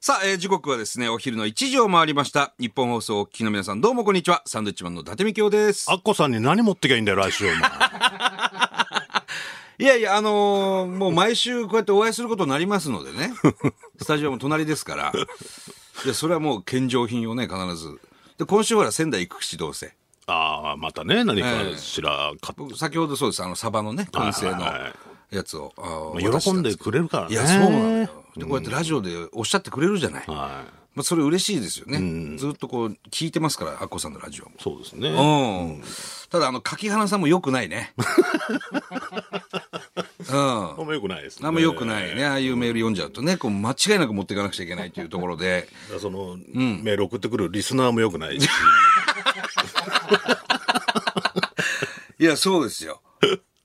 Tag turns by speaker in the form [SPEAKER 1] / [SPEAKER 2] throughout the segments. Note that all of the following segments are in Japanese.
[SPEAKER 1] さあ、えー時刻はですね、お昼の1時を回りました。日本放送をお聞きの皆さん、どうもこんにちは。サンドウィッチマンの伊達美京です
[SPEAKER 2] ア。ッコさんに何持ってきゃいいんだよ、来週お 前。
[SPEAKER 1] いやいや、あのーもう毎週こうやってお会いすることになりますので ね。スタジオも隣ですから。いや、それはもう献上品をね、必ず。で、今週ほら、仙台行くし、どうせ。
[SPEAKER 2] ああ、またね、何かしら買っ
[SPEAKER 1] 僕先ほどそうです、あの、サバのね、燻製の
[SPEAKER 2] はいはいはい
[SPEAKER 1] やつを。あー
[SPEAKER 2] まあ喜んでくれるからね。
[SPEAKER 1] いや、そうなんだよ。で、こうやってラジオでおっしゃってくれるじゃない。ま
[SPEAKER 2] は
[SPEAKER 1] あ、それ嬉しいですよね。ずっとこう、聞いてますから、アッコさんのラジオも。
[SPEAKER 2] い。そうですね。
[SPEAKER 1] うん。ただ、あの、柿花さんも良くない ね。うん。
[SPEAKER 2] あんま良くないですね。
[SPEAKER 1] あんま良くないね。ああいうメール読んじゃうとね、こう間違いなく持っていかなくちゃいけないというところで。
[SPEAKER 2] その、メール送ってくるリスナーも良 くないし。
[SPEAKER 1] いや、そうですよ。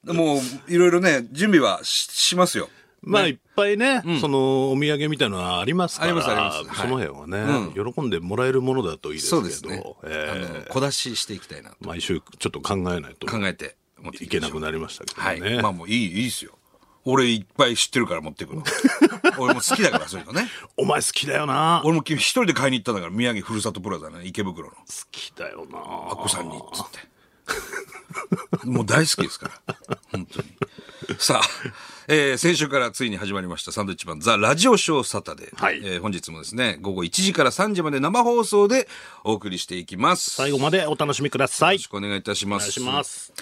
[SPEAKER 1] もう、いろいろね、準備はししますよ。
[SPEAKER 2] まあ、いっぱいね、その、お土産みたいなのはありますか
[SPEAKER 1] あ
[SPEAKER 2] ら。
[SPEAKER 1] りますあります
[SPEAKER 2] その辺はね、喜んでもらえるものだといいですけ
[SPEAKER 1] そ
[SPEAKER 2] ど。
[SPEAKER 1] うですね。あ
[SPEAKER 2] え
[SPEAKER 1] の、小出ししていきたいなと
[SPEAKER 2] ー毎週ちょっと考えないと
[SPEAKER 1] 考えて持って
[SPEAKER 2] い
[SPEAKER 1] いき
[SPEAKER 2] け
[SPEAKER 1] ま
[SPEAKER 2] な
[SPEAKER 1] しょう
[SPEAKER 2] くなりましたけど
[SPEAKER 1] はい。
[SPEAKER 2] ね。
[SPEAKER 1] まあもういい、いいですよ。俺いっぱい知ってるから持って くの。俺も好きだから、そういうのね。
[SPEAKER 2] お前好きだよな。好
[SPEAKER 1] 俺も昨日一人で買いに行ったんだから、宮城ふるさとプラザね、池袋の。
[SPEAKER 2] きだよな。
[SPEAKER 1] アッコさんにっつって。もう大好きですから。本当に。さあ、えー先週からついに始まりましたサンドウィッチマンザ・ラジオショーサタデー。
[SPEAKER 2] はい
[SPEAKER 1] えー本日もですね、午後1時から3時まで生放送でお送りしていきます。
[SPEAKER 2] 最
[SPEAKER 1] よ
[SPEAKER 2] 後までお楽しみください。
[SPEAKER 1] ろしくお願いいたしま
[SPEAKER 2] お願
[SPEAKER 1] す。
[SPEAKER 2] いします。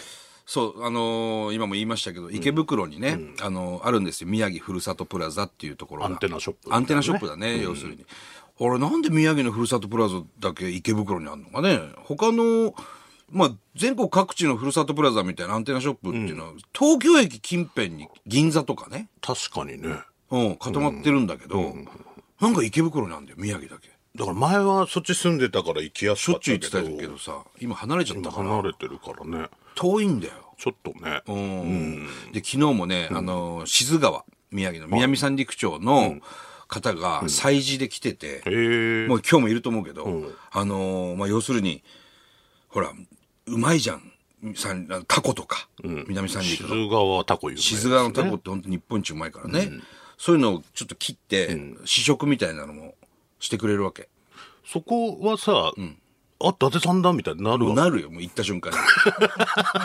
[SPEAKER 1] そう、あのー今も言いましたけど、池袋にね、あのーあるんですよ。宮城ふるさとプラザっていうところが
[SPEAKER 2] アンテナショップ
[SPEAKER 1] アンテナショップだね、要するに。あれ、なんで宮城のふるさとプラザだけ池袋にあるのかね。他の、まあ、全国各地のふるさとプラザみたいなアンテナショップっていうのは、東京駅近辺に銀座とかね、
[SPEAKER 2] 確かにね。
[SPEAKER 1] うん、固まってるんだけど、なんか池袋にあるんだよ、宮城だけ。
[SPEAKER 2] だから前はそっち住んでたから行きやす
[SPEAKER 1] しょ
[SPEAKER 2] か
[SPEAKER 1] っ
[SPEAKER 2] っ
[SPEAKER 1] ちゅう行
[SPEAKER 2] た
[SPEAKER 1] ってたけ
[SPEAKER 2] けど
[SPEAKER 1] どさ、今離れちゃったから、
[SPEAKER 2] 離れてるからね
[SPEAKER 1] 遠いんだよ。
[SPEAKER 2] ちょっとね
[SPEAKER 1] うん、で昨日もね、あの志津川宮城の南三陸町の方が催事で来てて、
[SPEAKER 2] へえ
[SPEAKER 1] もう今日もいると思うけど、あのーまあ、要するにほらうまいじゃんさんタコとか、南三陸
[SPEAKER 2] 志
[SPEAKER 1] の
[SPEAKER 2] 津川はタコ有名ですね
[SPEAKER 1] 志津川のタコって本当に日本一うまいからね、そういうのをちょっと切って、試食みたいなのもしてくれるわけ。
[SPEAKER 2] そこはさ、あ伊達さんだみたいになるわ
[SPEAKER 1] なるよ、もう行った瞬間に。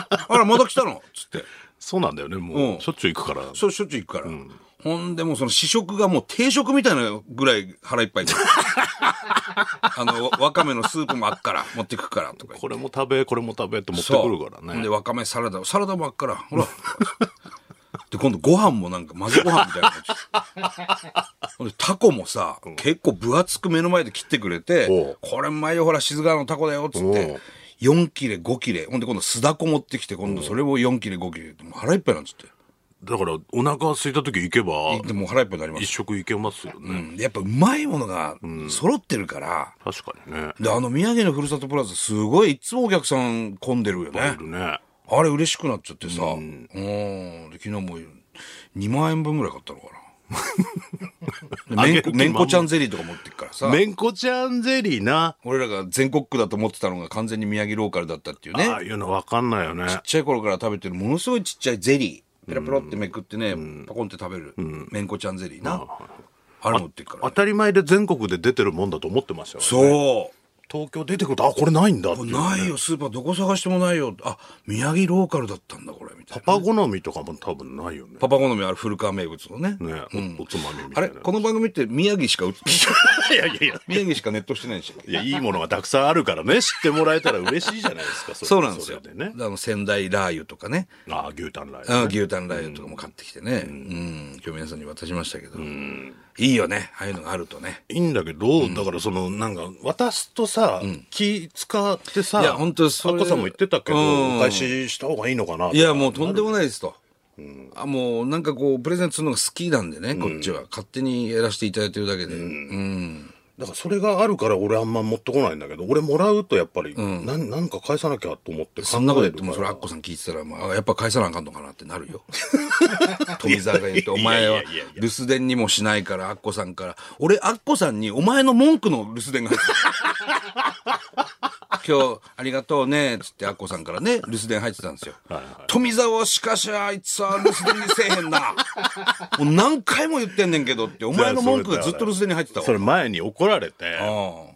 [SPEAKER 1] あら、また来たのつって。
[SPEAKER 2] そうなんだよね
[SPEAKER 1] う
[SPEAKER 2] も
[SPEAKER 1] ん
[SPEAKER 2] うしょっちゅう行くから
[SPEAKER 1] そうしょっちゅう行くから。ほんでもうその試食がもう定食みたいなぐらい腹いっぱい であの、わかめのスープもあっから、持ってくからとか言って
[SPEAKER 2] これも食べこれも食べって持って
[SPEAKER 1] そう
[SPEAKER 2] くるから
[SPEAKER 1] ほんで
[SPEAKER 2] ね
[SPEAKER 1] わかめサラダ、サラダもあっから、ほら。で、今度ご飯もなんか混ぜご飯みたいなのちょっと。ほんでタコもさ、結構分厚く目の前で切ってくれ
[SPEAKER 2] お
[SPEAKER 1] て
[SPEAKER 2] う、
[SPEAKER 1] これうまいよ、ほら、静かのタコだよ、つっ
[SPEAKER 2] お
[SPEAKER 1] て
[SPEAKER 2] う。
[SPEAKER 1] 4切れ、5切れ。ほんで今度酢だこ持ってきて、今度それを4切れ、5切れ。もう腹いっぱいなんつって。
[SPEAKER 2] だからお腹空いた時行けば
[SPEAKER 1] でもう腹いっぱいになります
[SPEAKER 2] 一食行けますよね、
[SPEAKER 1] うんやっぱうまいものが揃ってるから、
[SPEAKER 2] 確かにね
[SPEAKER 1] であの宮城のふるさとプラザすごいいつもお客さん混んでるよ
[SPEAKER 2] い
[SPEAKER 1] ね
[SPEAKER 2] るね
[SPEAKER 1] あれ嬉しくなっちゃってさうんで昨日も2万円分ぐらい買ったのか な
[SPEAKER 2] あ
[SPEAKER 1] でめん
[SPEAKER 2] げる気
[SPEAKER 1] こ
[SPEAKER 2] 満々
[SPEAKER 1] めんこちゃんゼリーとか持ってっからさ
[SPEAKER 2] めんこちゃんゼリーな
[SPEAKER 1] 俺らが全国区だと思ってたのが完全に宮城ローカルだったっていうね
[SPEAKER 2] ああいうの分かんないよね
[SPEAKER 1] ちっちゃい頃から食べてるものすごいちっちゃいゼリーペラペラってめくってねパコンって食べるめんこちゃんゼリーなあれ持ってっから
[SPEAKER 2] 当たり前で全国で出てるもんだと思ってましたよ、ね、
[SPEAKER 1] そう
[SPEAKER 2] 東京出てくるとあこれないんだっていう
[SPEAKER 1] ないよスーパーどこ探してもないよあ宮城ローカルだったんだこれみたい
[SPEAKER 2] パ
[SPEAKER 1] な
[SPEAKER 2] パ好みとかも多分ないよね。
[SPEAKER 1] パパ好みある古川名物のね
[SPEAKER 2] ね、おおつまみみ
[SPEAKER 1] あ
[SPEAKER 2] た
[SPEAKER 1] れ
[SPEAKER 2] いな。
[SPEAKER 1] この番組って宮城しか売って
[SPEAKER 2] いやいやいや。
[SPEAKER 1] 宮城しかネットしてないんでしたっけ
[SPEAKER 2] いや、いいものがたくさんあるからね、知ってもらえたら嬉しいじゃないですか、れ
[SPEAKER 1] そうなんですよ、
[SPEAKER 2] それでね。
[SPEAKER 1] あの仙台ラー油とかね
[SPEAKER 2] ああ、牛タンライス、
[SPEAKER 1] あ
[SPEAKER 2] ね。
[SPEAKER 1] 牛タンラー油とかも買ってきてねうん、今日皆さんに渡しましたけど、いいよねああいうのがあるとね
[SPEAKER 2] いいんだけど、だからその、なんか、渡すとさ、気使ってさ、
[SPEAKER 1] いや本当それ
[SPEAKER 2] アッコさんも言ってたけど、
[SPEAKER 1] うん
[SPEAKER 2] お返しした方がいいのかな。
[SPEAKER 1] いやもうとんでもないですと。あもうなんかこうプレゼントするのが好きなんでね、こっちは勝手にやらせていただいてるだけで、うん
[SPEAKER 2] だからそれがあるから俺あんま持ってこないんだけど、俺もらうとやっぱり、なん、なんか返さなきゃと思って考えるから。
[SPEAKER 1] そんなこと言ってもそれアッコさん聞いてたら、まあ、やっぱ返さなあかんのかなってなる よ富澤が言うとお前はい
[SPEAKER 2] やいやいやい
[SPEAKER 1] 留守電にもしないからアッコさん から俺アッコさんにお前の文句の留守電が入って今日ありがとうね」つってアッコさんからね留守電入ってたんですよ富澤しかしあいつは留守電にせえへん なもう何回も言ってんねんけどってお前の文句がずっと留守電に入ってたわ
[SPEAKER 2] それ前に怒られて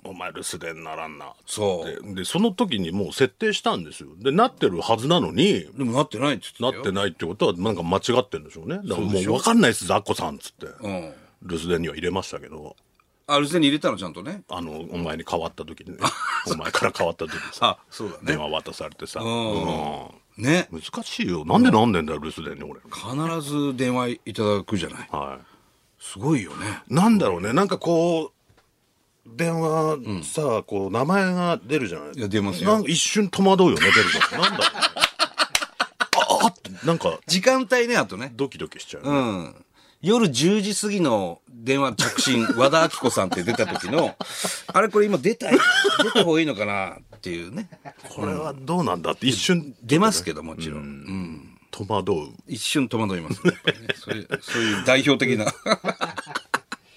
[SPEAKER 1] う
[SPEAKER 2] 「お前留守電ならんな」
[SPEAKER 1] そう
[SPEAKER 2] でその時にもう設定したんですよでなってるはずなのに
[SPEAKER 1] でもなってないっつってた
[SPEAKER 2] な
[SPEAKER 1] よ
[SPEAKER 2] ってないってことはなんか間違ってるんでしょうねだから
[SPEAKER 1] そう
[SPEAKER 2] も
[SPEAKER 1] で
[SPEAKER 2] う
[SPEAKER 1] しょ
[SPEAKER 2] 分かんないですザッコさんっつって
[SPEAKER 1] うん
[SPEAKER 2] 留守電には入れましたけど
[SPEAKER 1] あ留守電に入れたのちゃんとね
[SPEAKER 2] あのお前に変わった 時にねお前から変わった時にさ
[SPEAKER 1] あそうだ
[SPEAKER 2] 電
[SPEAKER 1] ね
[SPEAKER 2] 話渡されてさ、
[SPEAKER 1] ん
[SPEAKER 2] うん
[SPEAKER 1] ね
[SPEAKER 2] 難しいよなんでなんでんだよ留守電に俺
[SPEAKER 1] 必ず電話いただくじゃない
[SPEAKER 2] は
[SPEAKER 1] すごいよね
[SPEAKER 2] いなんだろうねなんかこう電話さ、こう名前が出るじゃない
[SPEAKER 1] いや出ますよ
[SPEAKER 2] なんか一瞬戸惑うよね出るのなんだろう、ね、ああってなんか
[SPEAKER 1] 時間帯ねあとね
[SPEAKER 2] ドキドキしちゃう、
[SPEAKER 1] うん夜10時過ぎの電話着信、和田アキ子さんって出た時の、 あれこれ今出たい、出た方がいいのかなっていうね。
[SPEAKER 2] これはどうなんだって一瞬
[SPEAKER 1] 出ますけどもちろん。うん
[SPEAKER 2] 戸惑う
[SPEAKER 1] 一瞬戸惑います、ねやっぱりねそういう、そういう代表的な。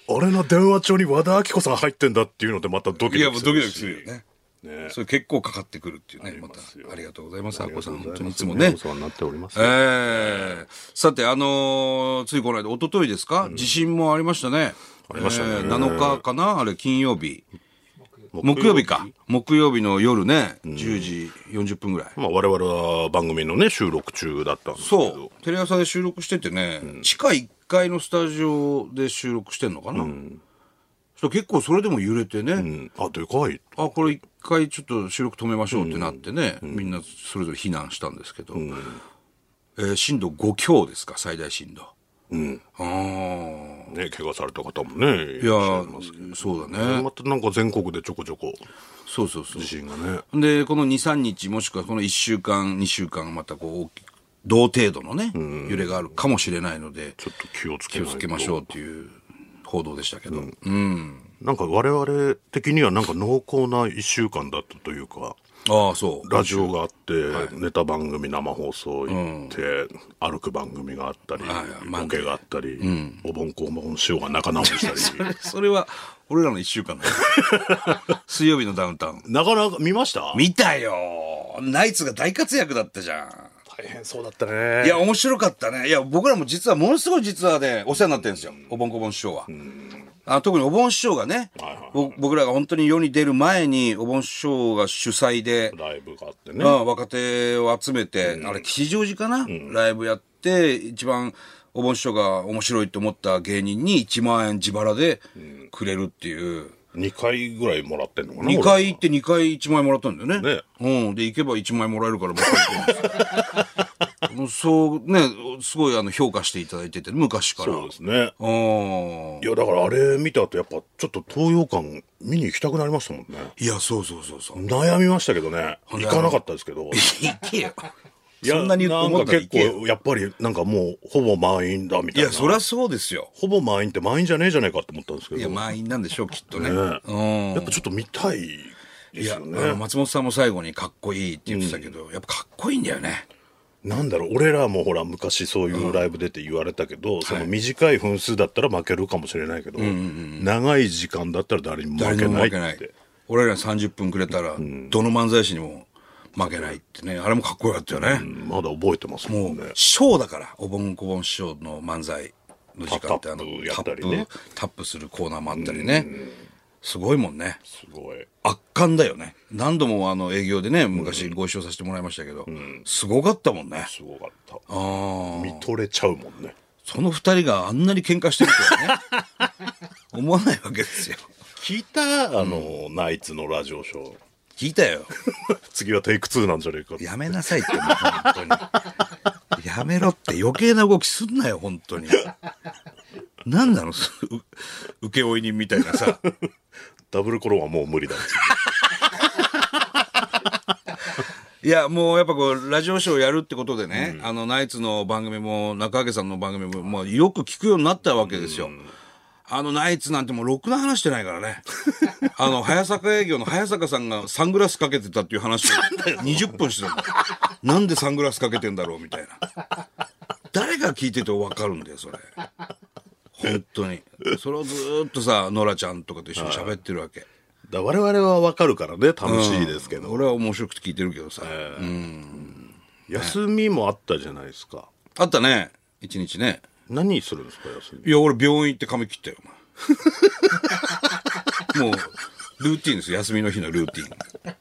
[SPEAKER 2] 俺の電話帳に和田アキ子さん入ってんだっていうのでまたドキドキ
[SPEAKER 1] いや、もうドキドキ
[SPEAKER 2] し
[SPEAKER 1] するよね。
[SPEAKER 2] ね
[SPEAKER 1] それ結構かかってくるっていうね。また
[SPEAKER 2] ますよ。
[SPEAKER 1] ありがとうございます、ア
[SPEAKER 2] あ
[SPEAKER 1] ッ
[SPEAKER 2] りが
[SPEAKER 1] コさ。
[SPEAKER 2] とうんご
[SPEAKER 1] 本
[SPEAKER 2] ざ
[SPEAKER 1] 当
[SPEAKER 2] い
[SPEAKER 1] にい
[SPEAKER 2] ます
[SPEAKER 1] つもね
[SPEAKER 2] お。世話になっております、
[SPEAKER 1] ええさて、あのーついこの間、一昨日ですか、地震もありましたね。
[SPEAKER 2] ありましたね
[SPEAKER 1] えー7日かなあれ、金曜日。
[SPEAKER 2] 木
[SPEAKER 1] 木曜日か。木曜日の夜ね、10時40分ぐらい。
[SPEAKER 2] まあ、我々は番組のね収録中だったんですけど
[SPEAKER 1] そう。テレ朝で収録しててね、地下1階のスタジオで収録してんのかな。そしたら結構それでも揺れてね、
[SPEAKER 2] うん、あでかい
[SPEAKER 1] あ、これ一回ちょっと収録止めましょうってなってね、みんなそれぞれ避難したんですけど、えー震度5強ですか、最大震度。
[SPEAKER 2] うん
[SPEAKER 1] あー
[SPEAKER 2] ね怪我された方もね
[SPEAKER 1] い
[SPEAKER 2] い
[SPEAKER 1] や
[SPEAKER 2] らっしゃいますけ
[SPEAKER 1] ー、そうだ
[SPEAKER 2] ど
[SPEAKER 1] ね。
[SPEAKER 2] またなんか全国でちょこちょこ
[SPEAKER 1] そうそうそう
[SPEAKER 2] 地。震がね
[SPEAKER 1] で、この2、3日、もしくはこの1週間、2週間、またこう大きく、同程度のね、揺れがあるかもしれないので、
[SPEAKER 2] ちょっと気をつけ
[SPEAKER 1] 気
[SPEAKER 2] ない
[SPEAKER 1] をつ
[SPEAKER 2] と
[SPEAKER 1] けましょうっていう報道でしたけど。
[SPEAKER 2] なんか我々的にはなんか濃厚な1週間だったというか
[SPEAKER 1] ああ、そう。
[SPEAKER 2] ラジオがあって、ネタ番組生放送行って、歩く番組があったり、
[SPEAKER 1] まあ
[SPEAKER 2] ロケがあったり、お盆こんばんしようが仲直りしたり
[SPEAKER 1] それは、俺らの1週 間だ水曜日のダウンタウン。
[SPEAKER 2] なかなか見ました
[SPEAKER 1] 見たよナイツが大活躍だったじゃん。
[SPEAKER 2] 大変そうだったね
[SPEAKER 1] いや、面白かったね。いや、僕らも実は、ものすごい実はね、お世話になってるんですよ。おぼんこぼん師匠は。あ特におぼん師匠がね、
[SPEAKER 2] はいはいはい
[SPEAKER 1] ぼ僕らが本当に世に出る前に、おぼん師匠が主催で、
[SPEAKER 2] ライブがあって
[SPEAKER 1] う
[SPEAKER 2] ね
[SPEAKER 1] ん若手を集めて、あれ、吉祥寺かな、ライブやって、一番、おぼん師匠が面白いと思った芸人に1万円自腹でくれるっていう。
[SPEAKER 2] 2回ぐらいもらってんのかな
[SPEAKER 1] 2
[SPEAKER 2] 俺
[SPEAKER 1] 回行って2回1枚もらったんだよね。
[SPEAKER 2] ね
[SPEAKER 1] うん。で、行けば1枚もらえるから、もう一回行くんですよ そう、ね、すごいあの評価していただいてて、昔から。
[SPEAKER 2] そうですね
[SPEAKER 1] うん
[SPEAKER 2] いやだからあれ見た後やっぱちょっと東洋館見に行きたくなりましたもんね
[SPEAKER 1] いや、そうそうそう そう。
[SPEAKER 2] 悩みましたけどね
[SPEAKER 1] ん
[SPEAKER 2] 行
[SPEAKER 1] で
[SPEAKER 2] かなかったですけど
[SPEAKER 1] 行けよ。
[SPEAKER 2] いや
[SPEAKER 1] そんなに思ったら
[SPEAKER 2] な
[SPEAKER 1] 行
[SPEAKER 2] んか
[SPEAKER 1] け
[SPEAKER 2] 結
[SPEAKER 1] よ。
[SPEAKER 2] 構やっぱりなんかもうほぼ満員だみ
[SPEAKER 1] い
[SPEAKER 2] たいな
[SPEAKER 1] や、そりゃそうですよ。
[SPEAKER 2] ほぼ満員って満員じゃねえじゃねえかと思ったんですけど
[SPEAKER 1] いや、満員なんでしょう、きっとね。
[SPEAKER 2] ね
[SPEAKER 1] うん。
[SPEAKER 2] やっぱちょっと見たいで
[SPEAKER 1] い
[SPEAKER 2] す
[SPEAKER 1] や、あ
[SPEAKER 2] よ
[SPEAKER 1] の
[SPEAKER 2] ね。
[SPEAKER 1] 松本さんも最後にかっこいいって言ってたけど、やっぱかっこいいんだよね。
[SPEAKER 2] なんだろう、俺らもほら、昔そういうライブ出て言われたけど、その短い分数だったら負けるかもしれないけど、長い時間だったら誰にも負
[SPEAKER 1] 誰に
[SPEAKER 2] け
[SPEAKER 1] も
[SPEAKER 2] ない
[SPEAKER 1] 負
[SPEAKER 2] っ
[SPEAKER 1] けない
[SPEAKER 2] て。。
[SPEAKER 1] 俺ら30分くれたら、どの漫才師にも負けないってね。あれもかっこよかったよね。
[SPEAKER 2] うんまだ覚えてますも
[SPEAKER 1] も
[SPEAKER 2] ん
[SPEAKER 1] う
[SPEAKER 2] ね、。
[SPEAKER 1] ショーだから、おぼんこぼん師匠の漫才の時間って、
[SPEAKER 2] タ
[SPEAKER 1] あの
[SPEAKER 2] ップ、や
[SPEAKER 1] タ
[SPEAKER 2] った
[SPEAKER 1] ッ
[SPEAKER 2] りね
[SPEAKER 1] プ、タップするコーナーもあったりね。すごいもんね。
[SPEAKER 2] すごい。
[SPEAKER 1] 圧巻だよね。何度もあの営業でね、昔ご一緒させてもらいましたけど、すごかったもんね。
[SPEAKER 2] すごかった。
[SPEAKER 1] あー
[SPEAKER 2] 見とれちゃうもんね。
[SPEAKER 1] その二人があんなに喧嘩してるとはね、 思わないわけですよ。
[SPEAKER 2] 聞いた、あの、ナイツのラジオショー。
[SPEAKER 1] 聞いたよ。
[SPEAKER 2] 次はテイク2なんじゃねえかって。
[SPEAKER 1] やめなさいって、もう本当に。やめろって余計な動きすんなよ、本当に。なんなの、 そのう請負人みたいなさ。
[SPEAKER 2] ダブルコロンはもう無理だ。
[SPEAKER 1] いや、もうやっぱこう、ラジオショーやるってことでね、あの、ナイツの番組も、中揚さんの番組も、まあ、よく聞くようになったわけですよ。あの、ナイツなんてもう、ろくな話してないからね。 あの、早坂営業の早坂さんがサングラスかけてたっていう話を20分してたんだよ。なんでサングラスかけてんだろうみたいな。誰が聞いててわかるんだよ、それ。本当に。それをずーっとさ、ノラちゃんとかと一緒に喋ってるわけ。
[SPEAKER 2] だ我々はわかるからね楽しいですけど、
[SPEAKER 1] 俺は面白くて聞いてるけどさ、
[SPEAKER 2] 休みもあったじゃないですか
[SPEAKER 1] あったね一日ね
[SPEAKER 2] 何するんですか休み
[SPEAKER 1] いや俺病院行って髪切ったよお前 もうルーティンです休みの日のルーティン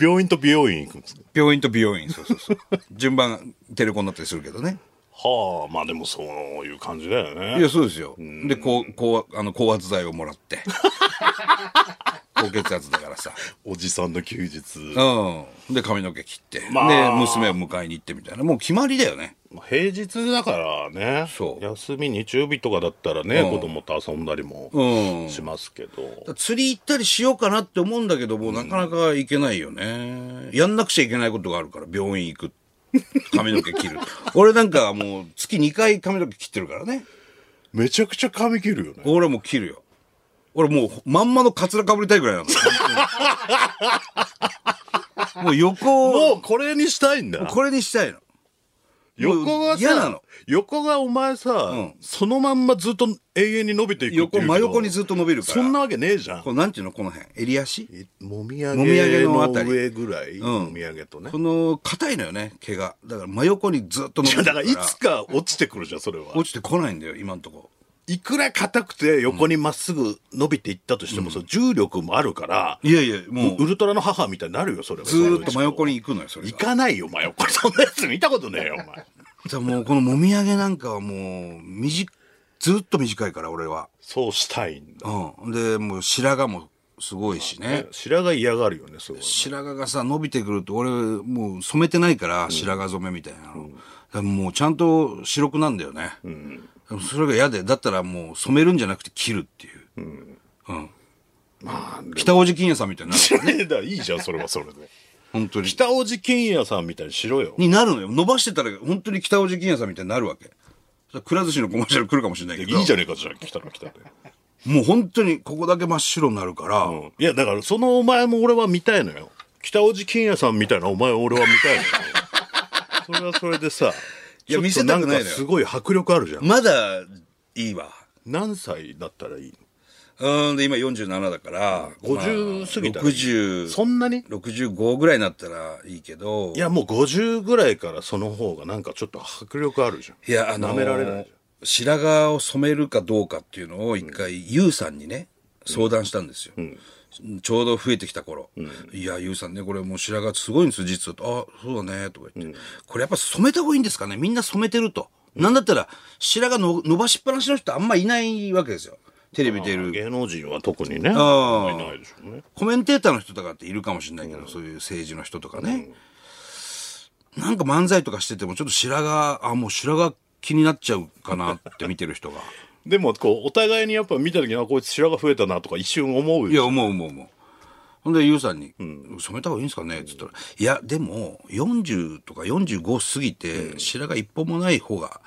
[SPEAKER 2] 病院と美容院行くんですか
[SPEAKER 1] 病院と美容院そうそうそう順番テレコになったりするけどね
[SPEAKER 2] はあまあでもそういう感じだよね
[SPEAKER 1] いやそうですよでこうこうあの高圧剤をもらって高血圧だからさ
[SPEAKER 2] おじさんの休日、
[SPEAKER 1] うんで髪の毛切って、
[SPEAKER 2] まあ
[SPEAKER 1] で娘を迎えに行ってみたいなもう決まりだよね
[SPEAKER 2] 平日だからね
[SPEAKER 1] そう
[SPEAKER 2] 休み日曜日とかだったらね、
[SPEAKER 1] うん
[SPEAKER 2] 子供と遊んだりも
[SPEAKER 1] うん
[SPEAKER 2] しますけど、
[SPEAKER 1] 釣り行ったりしようかなって思うんだけどもうなかなか行けないよね、やんなくちゃいけないことがあるから病院行く髪の毛切る 俺なんかもう月2回髪の毛切ってるからね
[SPEAKER 2] めちゃくちゃ髪切るよね
[SPEAKER 1] 俺はもう切るよ俺もうまんまのカツラかぶりたいぐらいなの もう横を
[SPEAKER 2] もうこれにしたいんだ
[SPEAKER 1] これにしたいの
[SPEAKER 2] 横がさ
[SPEAKER 1] 嫌なの
[SPEAKER 2] 横がお前さ、
[SPEAKER 1] ん
[SPEAKER 2] そのまんまずっと永遠に伸びていくって
[SPEAKER 1] 横
[SPEAKER 2] いうけど
[SPEAKER 1] 真横にずっと伸びるから
[SPEAKER 2] そんなわけねえじゃん
[SPEAKER 1] こうなんていうのこの辺襟足
[SPEAKER 2] えもみあ
[SPEAKER 1] もみあ
[SPEAKER 2] げ
[SPEAKER 1] げのあ
[SPEAKER 2] の
[SPEAKER 1] たり
[SPEAKER 2] 上ぐらい、
[SPEAKER 1] ん
[SPEAKER 2] もみあげとね
[SPEAKER 1] この硬いのよね毛がだから真横にずっと伸
[SPEAKER 2] い
[SPEAKER 1] びて
[SPEAKER 2] や
[SPEAKER 1] る
[SPEAKER 2] だからいつか落ちてくるじゃんそれは
[SPEAKER 1] 落ちてこないんだよ今んとこ
[SPEAKER 2] いくら硬くて横にまっすぐ伸びていったとしても、その重力もあるから、
[SPEAKER 1] いやいやもう
[SPEAKER 2] ウルトラの母みたいになるよそれは
[SPEAKER 1] ずーっと真横に行くのよそれ
[SPEAKER 2] 行
[SPEAKER 1] が
[SPEAKER 2] かないよ真横そんなやつ見たことねえよお 前
[SPEAKER 1] じゃあもうこのもみあげなんかはもう短いずーっと短いから俺は
[SPEAKER 2] そうしたいんだ
[SPEAKER 1] うんでもう白髪もすごいしね
[SPEAKER 2] 白髪嫌がるよねすごい
[SPEAKER 1] 白髪がさ伸びてくると俺もう染めてないから白髪染めみたいなの、だからもうちゃんと白くなんだよね、でもそれが嫌でだったらもう染めるんじゃなくて切るっていう、うん北大路欣也さんみたいになる
[SPEAKER 2] ねえだからいいじゃんそれはそれで
[SPEAKER 1] 本当に
[SPEAKER 2] 北大路欣也さんみたいにしろよ
[SPEAKER 1] になるのよ伸ばしてたら本当に北大路欣也さんみたいになるわけそれくら寿司のコマーシャル来るかもしれないけど
[SPEAKER 2] いいじゃねえかじゃあ来たら来たで、
[SPEAKER 1] もう本当にここだけ真っ白になるから、
[SPEAKER 2] うん、いやだからそのお前も俺は見たいのよ北大路欣也さんみたいなお前を俺は見 たいのよそれはそれでさ
[SPEAKER 1] いや見せたくないのよ
[SPEAKER 2] ちょっとんかすごい迫力あるじゃん
[SPEAKER 1] まだいいわ
[SPEAKER 2] 何歳だったらいいう
[SPEAKER 1] ーんで今47だから
[SPEAKER 2] 50過ぎたらいいのそ
[SPEAKER 1] 6065
[SPEAKER 2] んなに
[SPEAKER 1] ぐらいになったらいいけど
[SPEAKER 2] いやもう50ぐらいからその方がなんかちょっと迫力あるじゃん
[SPEAKER 1] いやあのー
[SPEAKER 2] 舐められないじ
[SPEAKER 1] 白髪を染めるかどうかっていうのを一回、ゆうさんにね相談したんですよ、ちょうど増えてきた頃「いやゆうさんねこれもう白髪すごいんですよ実は」と「あそうだね」とか言って、これやっぱ染めた方がいいんですかねみんな染めてると、なんだったら白髪の伸ばしっぱなしの人あんまいないわけですよテレビ出
[SPEAKER 2] ゃん
[SPEAKER 1] る
[SPEAKER 2] 芸能人は特にねい
[SPEAKER 1] あー
[SPEAKER 2] ないでしょうね
[SPEAKER 1] コメンテーターの人とかっているかもしれないけど、そういう政治の人とかね、なんか漫才とかしててもちょっと白髪あもう白髪気になっちゃうかなって見てる人が。
[SPEAKER 2] でもこうお互いにやっぱ見た時にあこいつ白が増えたなとか一瞬思 う
[SPEAKER 1] い
[SPEAKER 2] よ
[SPEAKER 1] や、思う思う思う。ほんで、ゆうさんに、染めた方がいいんですかねって言ったら、いや、でも、40とか45過ぎて、白髪一本もない方が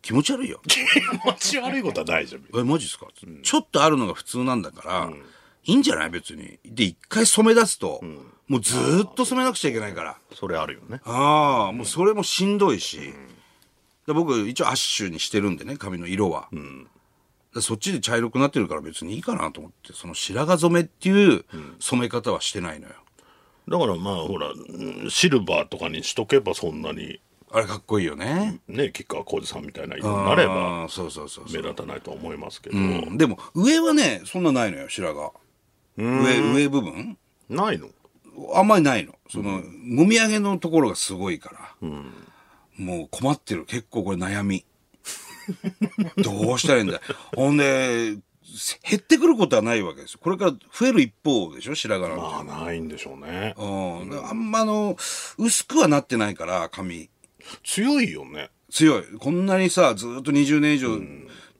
[SPEAKER 1] 気持ち悪いよ。
[SPEAKER 2] 気持ち悪いことはないじゃん
[SPEAKER 1] え、マジっすか、ちょっとあるのが普通なんだから、いいんじゃない別に。で、一回染め出すと、もうずーっと染めなくちゃいけないから。
[SPEAKER 2] それあるよね
[SPEAKER 1] ああ、もうそれもしんどいし。で僕、一応アッシュにしてるんでね、髪の色は。でそっちで茶色くなってるから別にいいかなと思って、その白髪染めっていう染め方はしてないのよ。
[SPEAKER 2] だからまあほらうんシルバーとかにしとけばそんなに
[SPEAKER 1] あれかっこいいよね。
[SPEAKER 2] ね吉川浩司さんみたいな色になれば
[SPEAKER 1] あーそうそうそうそ
[SPEAKER 2] 目
[SPEAKER 1] う。
[SPEAKER 2] 立たないとは思いますけど、
[SPEAKER 1] うんでも、上はね、そんなないのよ、白髪。上、上部分
[SPEAKER 2] ないの
[SPEAKER 1] あんまりないの。その、もみあげのところがすごいから。もう困ってる。結構これ悩み。 どうしたらいいんだほんで、減ってくることはないわけですよ。これから増える一方でしょ白髪なんて。
[SPEAKER 2] まあないんでしょうね
[SPEAKER 1] うん、だからあんまあの、薄くはなってないから、髪。
[SPEAKER 2] 強いよね
[SPEAKER 1] 強い。こんなにさ、ずーっと20年以上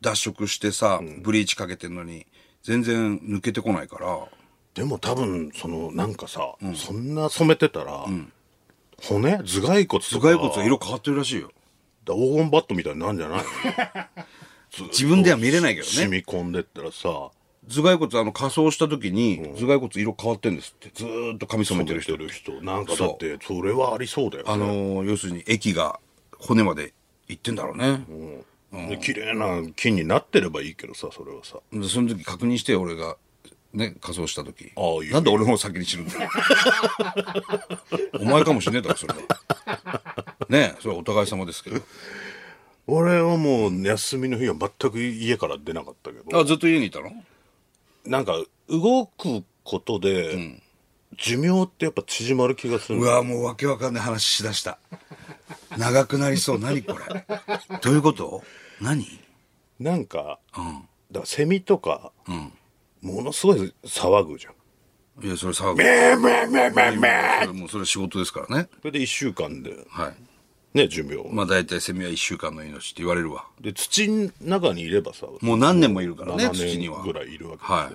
[SPEAKER 1] 脱色してさ、ブリーチかけてんのに、全然抜けてこないから。
[SPEAKER 2] でも多分そのなんかさ、そんな染めてたら、骨頭蓋骨と
[SPEAKER 1] 頭
[SPEAKER 2] か
[SPEAKER 1] 蓋骨は色変わってるらしいよ。
[SPEAKER 2] だ黄金バットみたいになるんじゃないの
[SPEAKER 1] 自分では見れないけどね
[SPEAKER 2] 染。み込んでったらさ
[SPEAKER 1] 頭蓋骨あの仮装した時に、頭蓋骨色変わってんですってずーっと髪染めてる人
[SPEAKER 2] 染めてる人なんかだってそれはありそうだよ、ね
[SPEAKER 1] あのー要するに液が骨まで行ってんだろうね、
[SPEAKER 2] で綺麗な金になってればいいけどさそれはさ
[SPEAKER 1] でその時確認して俺がね、仮装した時。
[SPEAKER 2] ああいいよ
[SPEAKER 1] なんで俺の方先に死ぬんだよ。お前かもしれねえだろ、それは。ねえそれはお互い様ですけど。
[SPEAKER 2] 俺はもう休みの日は全く家から出なかったけど
[SPEAKER 1] あ、ずっと家にいたの
[SPEAKER 2] なんか動くことで、寿命ってやっぱ縮まる気がする
[SPEAKER 1] うわもうわけわかんない話しだした。長くなりそう。何これ。どういうこと何
[SPEAKER 2] なんか
[SPEAKER 1] う
[SPEAKER 2] だからセミとか
[SPEAKER 1] ん。うん。
[SPEAKER 2] ものすごい騒ぐじゃん
[SPEAKER 1] いや、それ騒ぐ。
[SPEAKER 2] えーめーめーめーめー
[SPEAKER 1] それもうそれ仕事ですからね。
[SPEAKER 2] それで1週間で
[SPEAKER 1] はい。
[SPEAKER 2] ね寿命、
[SPEAKER 1] まあ大体セミは1週間の命って言われるわ。
[SPEAKER 2] で土の中にいればさ
[SPEAKER 1] もう何年もいるからね、
[SPEAKER 2] 7
[SPEAKER 1] 土には。
[SPEAKER 2] 年ぐらいいるわけですよ、
[SPEAKER 1] は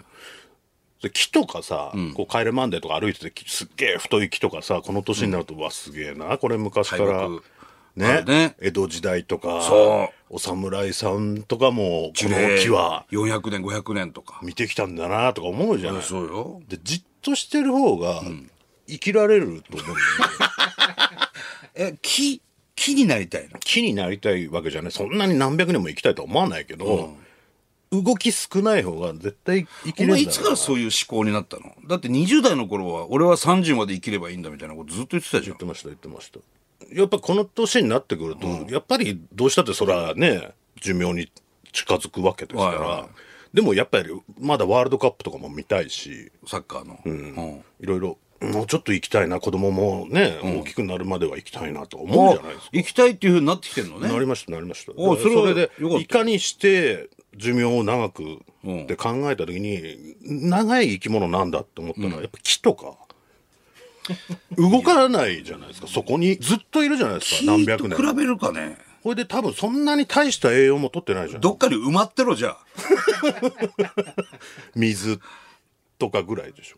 [SPEAKER 2] で木とかさ、こう帰れマンデーとか歩いててきすっげえ太い木とかさこの年になると、うわすげえなこれ昔か
[SPEAKER 1] 大木
[SPEAKER 2] ら
[SPEAKER 1] あ
[SPEAKER 2] ね
[SPEAKER 1] るね
[SPEAKER 2] 江戸時代とか
[SPEAKER 1] そ
[SPEAKER 2] お侍さんとかもこ
[SPEAKER 1] い。
[SPEAKER 2] の木は
[SPEAKER 1] 400年、500年とか。
[SPEAKER 2] 見てきたんだなとか思うじゃない
[SPEAKER 1] そうよ。
[SPEAKER 2] でじっとしてる方が生きられると思う、よね
[SPEAKER 1] え、木、木になりたいの
[SPEAKER 2] 木になりたいわけじゃないそんなに何百年も生きたいとは思わないけど、動き少ない方が絶対生き
[SPEAKER 1] お前
[SPEAKER 2] れるんだろう
[SPEAKER 1] いつからそういう思考になったのだって20代の頃は、俺は30まで生きればいいんだみたいなことずっと言ってたじゃ
[SPEAKER 2] 言
[SPEAKER 1] ん
[SPEAKER 2] っ。てました言ってましたやっぱこの年になってくると、やっぱりどうしたってそれはね寿命に近づくわけですか
[SPEAKER 1] は
[SPEAKER 2] ら、
[SPEAKER 1] いは
[SPEAKER 2] でもやっぱりまだワールドカップとかも見たいし
[SPEAKER 1] サッカーの。うん
[SPEAKER 2] いろいろもうちょっと行きたいな子供もね、大きくなるまでは行きたいなと思うじゃないですか、
[SPEAKER 1] 行きたいっていうふうになってきてんの
[SPEAKER 2] な
[SPEAKER 1] ね。
[SPEAKER 2] りましたなりました
[SPEAKER 1] お
[SPEAKER 2] だから
[SPEAKER 1] それは
[SPEAKER 2] れ
[SPEAKER 1] よかった
[SPEAKER 2] でいかにして寿命を長くって考えた時に、長い生き物なんだって思ったのは、やっぱ木とか動かないじゃないですかそこにずっといるじゃないです
[SPEAKER 1] 木
[SPEAKER 2] か何
[SPEAKER 1] と
[SPEAKER 2] 百年
[SPEAKER 1] 比べるかね。
[SPEAKER 2] これで多分そんなに大した栄養も取ってないじゃん
[SPEAKER 1] どっかに埋まってろ、じゃあ。
[SPEAKER 2] 水とかぐらいでしょ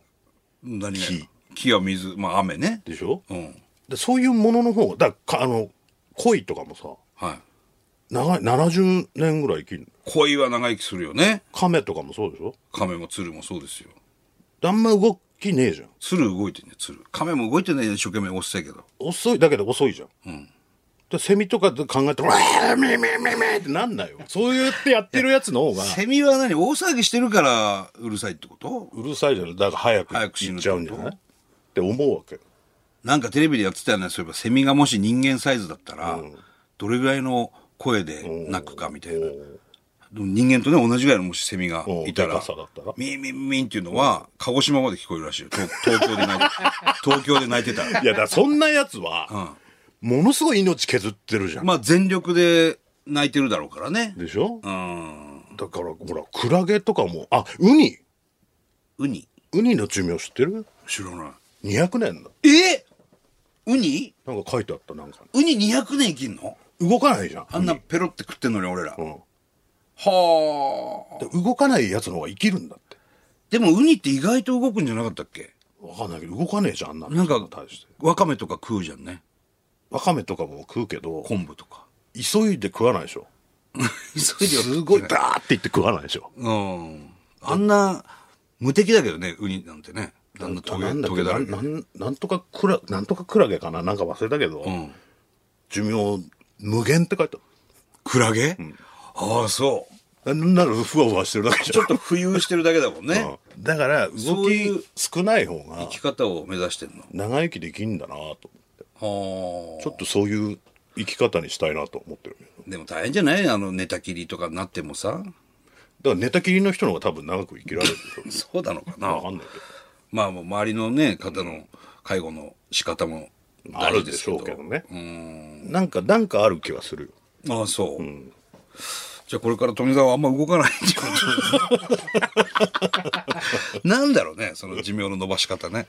[SPEAKER 1] 何が
[SPEAKER 2] 木。
[SPEAKER 1] 木は水、まあ雨ね。
[SPEAKER 2] でしょ、
[SPEAKER 1] うん。
[SPEAKER 2] でそういうものの方がだからかあの鯉とかもさ
[SPEAKER 1] はい。
[SPEAKER 2] 長い70年ぐらい生きる
[SPEAKER 1] 恋は長生きするよね。
[SPEAKER 2] 亀とかもそうでしょ
[SPEAKER 1] 亀も鶴もそうですよ。
[SPEAKER 2] であんま動きねえじゃん
[SPEAKER 1] 鶴動いてんね鶴亀も動いてないよ一生懸命押してたけど
[SPEAKER 2] 遅いだけで遅いじゃん、でセミとかで考えても「うわーめめめめ」ってなんだよそうやってやってるやつの方 が
[SPEAKER 1] セミは何大騒ぎしてるからうるさいってこと
[SPEAKER 2] うるさいじゃんだから早く
[SPEAKER 1] 早く死
[SPEAKER 2] 行
[SPEAKER 1] ぬ
[SPEAKER 2] っちゃうんじゃないって思うわけ
[SPEAKER 1] なんかテレビでやってたよねそういえばセミがもし人間サイズだったら、どれぐらいの声で鳴くかみたいな、でも人間とね同じぐらいのもしセミが
[SPEAKER 2] うん
[SPEAKER 1] いた
[SPEAKER 2] で
[SPEAKER 1] ら
[SPEAKER 2] かさだったら
[SPEAKER 1] ミンミンミンっていうのは鹿児島まで聞こえるらしいよ東東京で鳴いて東京で鳴いてたら
[SPEAKER 2] いやだからそんなやつは、ものすごい命削ってるじゃん、
[SPEAKER 1] まあ全力で鳴いてるだろうからね
[SPEAKER 2] でしょ、
[SPEAKER 1] うん
[SPEAKER 2] だからほらクラゲとかもあウニ
[SPEAKER 1] ウニ
[SPEAKER 2] ウニの寿命知ってる
[SPEAKER 1] 知らな
[SPEAKER 2] ?200 年だ
[SPEAKER 1] いえウニ
[SPEAKER 2] なんか書いてあったなんか
[SPEAKER 1] ウニ200年生きんの
[SPEAKER 2] 動かないじゃん
[SPEAKER 1] あんなペロって食ってんのに俺ら。
[SPEAKER 2] うん
[SPEAKER 1] はあ。
[SPEAKER 2] で動かないやつの方が生きるんだって
[SPEAKER 1] でもウニって意外と動くんじゃなかったっけ
[SPEAKER 2] わかんないけど動かねえじゃんあんなの
[SPEAKER 1] なんか
[SPEAKER 2] 大して、
[SPEAKER 1] ワカメとか食うじゃんね。
[SPEAKER 2] わかめとかも食うけど
[SPEAKER 1] 昆布とか。
[SPEAKER 2] 急いで食わないでしょ
[SPEAKER 1] 急いでは
[SPEAKER 2] すごいダーって言って食わないでしょ
[SPEAKER 1] うん。あんな、無敵だけどね、ウニなんてね。あんなトゲ、
[SPEAKER 2] なんだ
[SPEAKER 1] ト
[SPEAKER 2] っ
[SPEAKER 1] ゲ
[SPEAKER 2] け
[SPEAKER 1] だ
[SPEAKER 2] な
[SPEAKER 1] らけ。
[SPEAKER 2] んなんなんとかクラなんとかクラゲかななんか忘れたけど、
[SPEAKER 1] うん。
[SPEAKER 2] 寿命無限って書いて
[SPEAKER 1] クラゲああ、そう。
[SPEAKER 2] あるなんならふわふわしてるだけじ
[SPEAKER 1] ち
[SPEAKER 2] ゃ
[SPEAKER 1] ょっと浮遊してるだけだもん
[SPEAKER 2] ん
[SPEAKER 1] ね。
[SPEAKER 2] うんだから動
[SPEAKER 1] そういう
[SPEAKER 2] き少ない方が
[SPEAKER 1] 生き方を目指してんの。
[SPEAKER 2] 長生きできんだなと思っ
[SPEAKER 1] は
[SPEAKER 2] て
[SPEAKER 1] あ
[SPEAKER 2] ちょ。っとそういう生き方にしたいなと思ってるね
[SPEAKER 1] でも大変じゃないあの、寝たきりとかになってもさ。
[SPEAKER 2] だから寝たきりの人の方が多分長く生きられるでし
[SPEAKER 1] そうなのか
[SPEAKER 2] ょ
[SPEAKER 1] な
[SPEAKER 2] わかんないけど
[SPEAKER 1] まあもう周りのね方の介護の仕方も
[SPEAKER 2] あ
[SPEAKER 1] 大
[SPEAKER 2] る
[SPEAKER 1] 事
[SPEAKER 2] で
[SPEAKER 1] です
[SPEAKER 2] し
[SPEAKER 1] け
[SPEAKER 2] ょ
[SPEAKER 1] ど
[SPEAKER 2] うけどねなんかなんかある気はするよ
[SPEAKER 1] ああそう、じゃあこれから富澤はあんま動かないって いうなんだろうねその寿命の伸ばし方 ね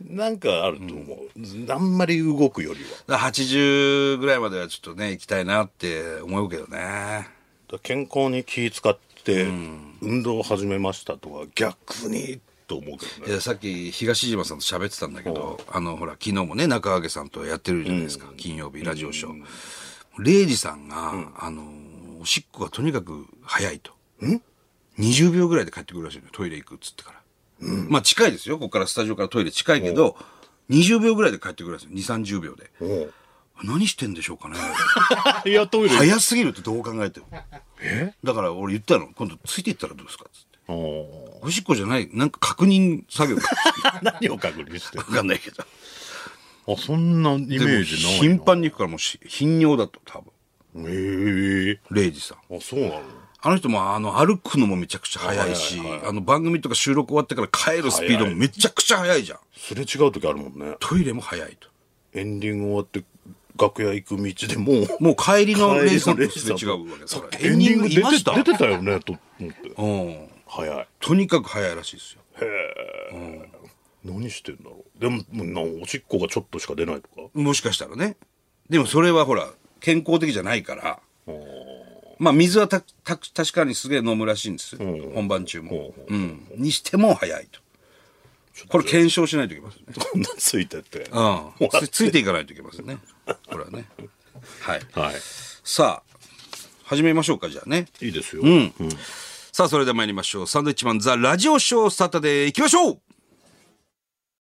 [SPEAKER 2] なんかあると思う、あんまり動くよりは
[SPEAKER 1] だから80ぐらいまではちょっとね行きたいなって思うけどね
[SPEAKER 2] だから健康に気使って運動を始めましたとか逆にと思うけど
[SPEAKER 1] い
[SPEAKER 2] ね
[SPEAKER 1] やさっき東島さんと喋ってたんだけど、あのほら昨日もね中揚さんとやってるじゃないですか、金曜日ラジオショー、レイジさんが、あのおしっこがとにかく早いと、20秒ぐらいで帰ってくるらしいのよトイレ行くっつってから、まあ近いですよここからスタジオからトイレ近いけど、20秒ぐらいで帰ってくるらしいの2 3 0秒で
[SPEAKER 2] おう
[SPEAKER 1] 何してんでしょうか ね
[SPEAKER 2] いやトイレ
[SPEAKER 1] 早すぎるってどう考えてもだから俺言ったの今度ついていったらどうですかっつって
[SPEAKER 2] お
[SPEAKER 1] おしっこじゃない、なんか確認作業か。
[SPEAKER 2] ー何を確認して
[SPEAKER 1] わ
[SPEAKER 2] る
[SPEAKER 1] かんないけど。
[SPEAKER 2] あそんなイメ
[SPEAKER 1] でも
[SPEAKER 2] ージないな
[SPEAKER 1] 頻繁に行くからもうし頻尿だと多分
[SPEAKER 2] へえ
[SPEAKER 1] レイジさん
[SPEAKER 2] あそうなの
[SPEAKER 1] あの人もあの歩くのもめちゃくちゃ速いし、あの番組とか収録終わってから帰るスピードもめちゃくちゃ速いじゃん
[SPEAKER 2] すれ違う時あるもんね
[SPEAKER 1] トイレも速いと
[SPEAKER 2] エンディング終わって楽屋行く道でもう
[SPEAKER 1] もう帰りのレイジさん
[SPEAKER 2] 帰
[SPEAKER 1] と
[SPEAKER 2] りのレイジ
[SPEAKER 1] す
[SPEAKER 2] さ
[SPEAKER 1] れ
[SPEAKER 2] んと
[SPEAKER 1] 違うわけだから
[SPEAKER 2] エンディング出
[SPEAKER 1] いま
[SPEAKER 2] て
[SPEAKER 1] した
[SPEAKER 2] 出てたよねと思って
[SPEAKER 1] うん
[SPEAKER 2] 早い
[SPEAKER 1] とにかく速いらしいですよ
[SPEAKER 2] 何してんだろうでももうなおしっこがちょっとしか出ないとか
[SPEAKER 1] もしかしたらねでもそれはほら健康的じゃないからまあ水はたた確かにすげえ飲むらしいんですよ本番中もうんにしても速いとこれ検証しないといけませんね
[SPEAKER 2] こんなついてては
[SPEAKER 1] うん。つついていかないといけませんね。これはね。はい。さあ、始めましょうか、じゃあね。
[SPEAKER 2] いいいですようん
[SPEAKER 1] さあ、それでは参りましょう。サンドイッチマンザラジオショースターターでいきましょう